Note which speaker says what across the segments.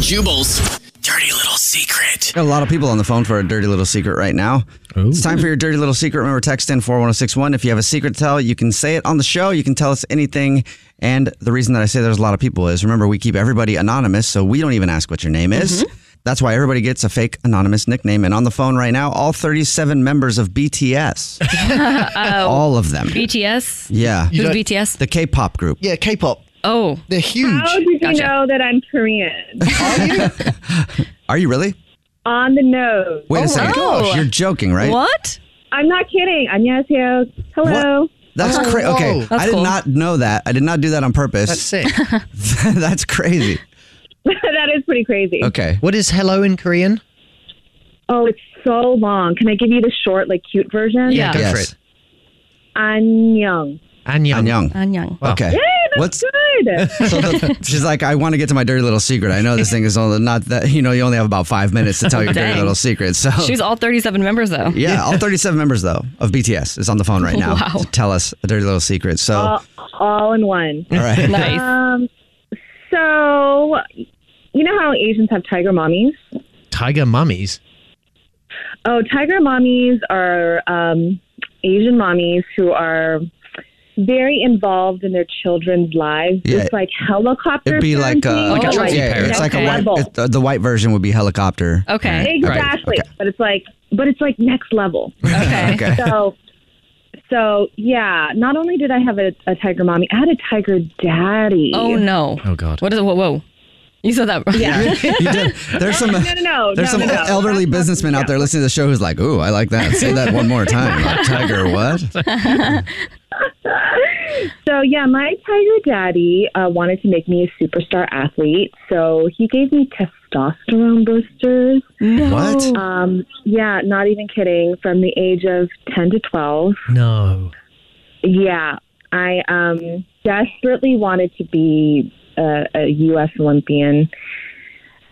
Speaker 1: Jubal's dirty little secret.
Speaker 2: Got a lot of people on the phone for a dirty little secret right now. It's time for your dirty little secret. Remember, text in 41061. If you have a secret to tell, you can say it on the show. You can tell us anything. And the reason that I say there's a lot of people is remember, we keep everybody anonymous, so we don't even ask what your name is.
Speaker 3: Mm-hmm.
Speaker 2: That's why everybody gets a fake anonymous nickname. And on the phone right now, all 37 members of BTS. all of them.
Speaker 3: BTS?
Speaker 2: Yeah.
Speaker 3: Who's BTS?
Speaker 2: The K pop group.
Speaker 4: Yeah, K-pop.
Speaker 3: Oh.
Speaker 4: They're huge.
Speaker 5: How did you
Speaker 3: Gotcha.
Speaker 5: know that I'm Korean?
Speaker 2: Are you really?
Speaker 5: On the nose.
Speaker 2: Wait a second.
Speaker 3: Oh gosh.
Speaker 2: You're joking, right?
Speaker 3: What?
Speaker 5: I'm not kidding. 안녕하세요. Hello.
Speaker 2: That's crazy. Okay.
Speaker 4: whoa.
Speaker 3: Oh, That's
Speaker 2: I did
Speaker 3: cool.
Speaker 2: not know that. I did not do that on purpose.
Speaker 4: That's sick.
Speaker 2: That's crazy.
Speaker 5: that is pretty crazy.
Speaker 2: Okay.
Speaker 4: what is hello in Korean?
Speaker 5: Oh, it's so long. Can I give you the short, like, cute version?
Speaker 3: Yeah.
Speaker 4: Go for
Speaker 2: Yes.
Speaker 4: it.
Speaker 5: 안녕.
Speaker 4: Annyeong.
Speaker 2: Annyeong.
Speaker 3: Annyeong.
Speaker 4: Wow.
Speaker 2: Okay. What's
Speaker 5: Good.
Speaker 2: so the- she's like? I want to get to my dirty little secret. I know this thing is only not that you know. You only have about five minutes to tell your dirty
Speaker 3: Dang.
Speaker 2: little secret. So
Speaker 3: She's all 37 members, though.
Speaker 2: yeah, all 37 members though of BTS is on the phone right now
Speaker 3: Wow.
Speaker 2: to tell us a dirty little secret. So
Speaker 5: all, all in one.
Speaker 2: all right,
Speaker 3: Nice.
Speaker 5: Um, so, you know how Asians have tiger mommies?
Speaker 4: Tiger mummies.
Speaker 5: Oh, tiger mommies are um, Asian mommies who are very involved in their children's lives.
Speaker 2: Yeah.
Speaker 5: It's like helicopter.
Speaker 2: it'd be like
Speaker 5: parenting,
Speaker 2: a,
Speaker 3: Like a
Speaker 5: but,
Speaker 3: trophy
Speaker 2: yeah,
Speaker 4: parent.
Speaker 2: It's like a
Speaker 3: Okay.
Speaker 2: white.
Speaker 5: level.
Speaker 2: It's, uh, the white version would be helicopter.
Speaker 3: Okay.
Speaker 2: All right.
Speaker 5: Exactly, but it's like, but it's like next level.
Speaker 3: Okay.
Speaker 2: Okay.
Speaker 5: So, so yeah. Not only did I have a, a tiger mommy, I had a tiger daddy.
Speaker 3: Oh, no.
Speaker 4: Oh, God.
Speaker 3: What is it? Whoa, whoa. You said that. Yeah.
Speaker 2: You did. There's some. uh,
Speaker 5: no, no, no,
Speaker 2: There's
Speaker 5: no,
Speaker 2: some
Speaker 5: no, no.
Speaker 2: elderly
Speaker 5: That's not-
Speaker 2: businessman out
Speaker 5: yeah.
Speaker 2: there listening to the show who's like, "Ooh, I like that. Say that one more time." Like, Tiger, what?
Speaker 5: So yeah, my tiger daddy uh, wanted to make me a superstar athlete, so he gave me testosterone boosters.
Speaker 2: What?
Speaker 5: Um, yeah, not even kidding. From the age of ten to twelve,
Speaker 4: No.
Speaker 5: yeah, I um, desperately wanted to be a, a U.S. Olympian,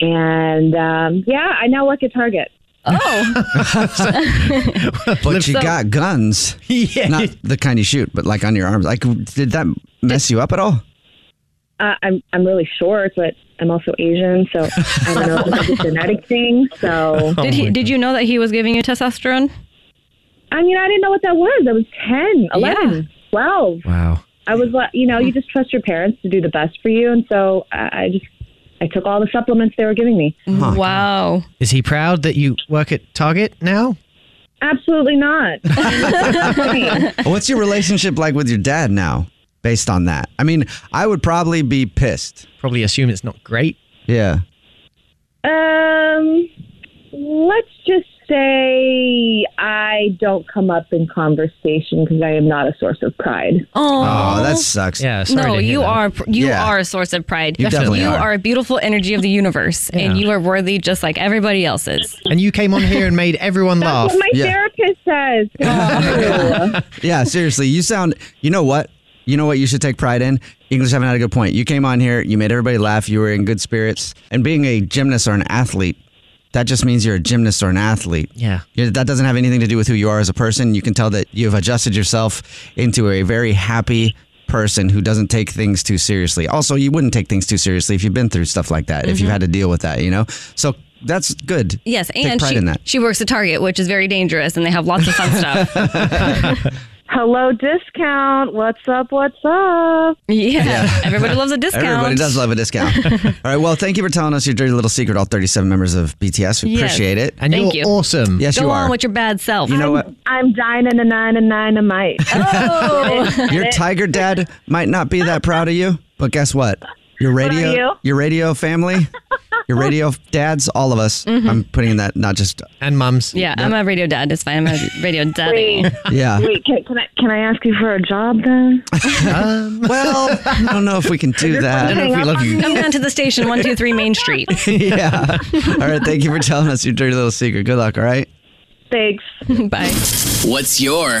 Speaker 5: and um, yeah, I now work at Target.
Speaker 3: Oh,
Speaker 2: But you got guns.
Speaker 4: Yeah.
Speaker 2: Not the kind you shoot, but like on your arms. Like, did that mess you up at all?
Speaker 5: Uh, I'm I'm really short, but I'm also Asian, so I don't know if it's a genetic thing. So
Speaker 3: did
Speaker 4: Oh,
Speaker 3: he? Did you know that he was giving you testosterone?
Speaker 5: I mean, I didn't know what that was. I was 10, 11,
Speaker 3: Yeah.
Speaker 5: 12.
Speaker 4: Wow.
Speaker 5: I was like, you know, you just trust your parents to do the best for you. And so I I just, I took all the supplements they were giving me.
Speaker 3: wow.
Speaker 4: Is he proud that you work at Target now?
Speaker 5: Absolutely not.
Speaker 2: What's your relationship like with your dad now? Based on that, I mean, I would probably be pissed.
Speaker 4: Probably assume it's not great.
Speaker 2: Yeah.
Speaker 5: um, let's just say I don't come up in conversation because I am not a source of pride.
Speaker 3: Oh.
Speaker 2: Oh, that sucks.
Speaker 4: Yeah. Sorry
Speaker 3: No,
Speaker 4: to hear
Speaker 3: you
Speaker 4: that.
Speaker 3: are pr- you
Speaker 2: Yeah.
Speaker 3: are a source of pride.
Speaker 2: You definitely are.
Speaker 3: a beautiful energy of the universe, and you are worthy just like everybody else is.
Speaker 4: And you came on here and made everyone laugh.
Speaker 5: That's what my
Speaker 2: yeah.
Speaker 5: therapist says. Oh.
Speaker 2: Yeah. Seriously, you sound. You know what? You know what? You should take pride in English haven't had a good point. You came on here, you made everybody laugh, you were in good spirits. And being a gymnast or an athlete, that just means you're a gymnast or an athlete.
Speaker 6: Yeah.
Speaker 2: You- That doesn't have anything to do with who you are as a person. You can tell that you've adjusted yourself into a very happy person who doesn't take things too seriously. Also, you wouldn't take things too seriously if you've been through stuff like that, if you've had to deal with that, you know? So that's good.
Speaker 7: Yes,
Speaker 2: Take
Speaker 7: and
Speaker 2: pride
Speaker 7: she,
Speaker 2: in that.
Speaker 7: she works at Target, which is very dangerous, and they have lots of fun stuff.
Speaker 8: Hello, discount. What's up? What's up?
Speaker 7: Yeah, everybody loves a discount.
Speaker 2: Everybody does love a discount. all right. Well, thank you for telling us your dirty little secret, all 37 members of BTS. We
Speaker 7: Yes.
Speaker 2: appreciate it.
Speaker 6: And
Speaker 7: Thank
Speaker 6: you're
Speaker 7: you.
Speaker 6: awesome.
Speaker 2: Yes,
Speaker 7: Go
Speaker 2: you
Speaker 7: on
Speaker 2: are.
Speaker 7: with your bad self.
Speaker 2: you know what?
Speaker 8: I'm dining a nine and nine a mite.
Speaker 7: Oh,
Speaker 2: Your tiger dad might not be that proud of you, but guess what? Your radio,
Speaker 8: you?
Speaker 2: your radio family, your radio dads, all of us. I'm putting in that not just
Speaker 6: And mums.
Speaker 7: yeah, I'm a radio dad. It's fine. I'm a radio daddy.
Speaker 8: Wait,
Speaker 2: yeah.
Speaker 8: wait, can, can I can I ask you for a job then?
Speaker 2: Well, I don't know if we can do that.
Speaker 8: Hang up on me?
Speaker 7: Come down to the station, one two three Main Street.
Speaker 2: yeah. All right. Thank you for telling us your dirty little secret. Good luck. All right.
Speaker 8: Thanks.
Speaker 7: Bye.
Speaker 1: What's your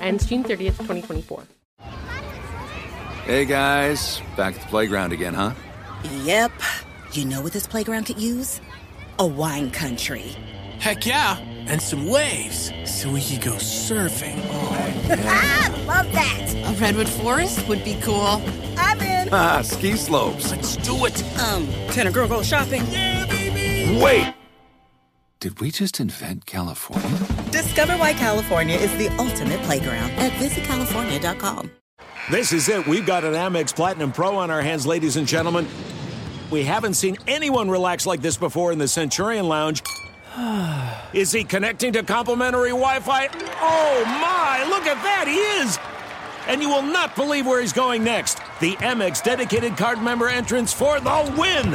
Speaker 5: ends June 30th, 2024.
Speaker 4: Hey guys, back at the playground again, huh?
Speaker 9: Yep. You know what this playground could use? A wine country.
Speaker 1: Heck yeah, and some waves so we could go surfing. Oh,
Speaker 9: Ah, Love that. A redwood forest would be cool. I'm in.
Speaker 4: Ah, ski slopes.
Speaker 1: let's do it.
Speaker 9: Um, can a girl go shopping?
Speaker 4: Wait! Did we just invent California?
Speaker 9: Discover why California is the ultimate playground at visitcalifornia.com.
Speaker 1: This is it. We've got an Amex Platinum Pro on our hands, ladies and gentlemen. We haven't seen anyone relax like this before in the Centurion Lounge. Is he connecting to complimentary Wi Fi? Oh my, look at that! He is! And you will not believe where he's going next. The Amex dedicated card member entrance for the win!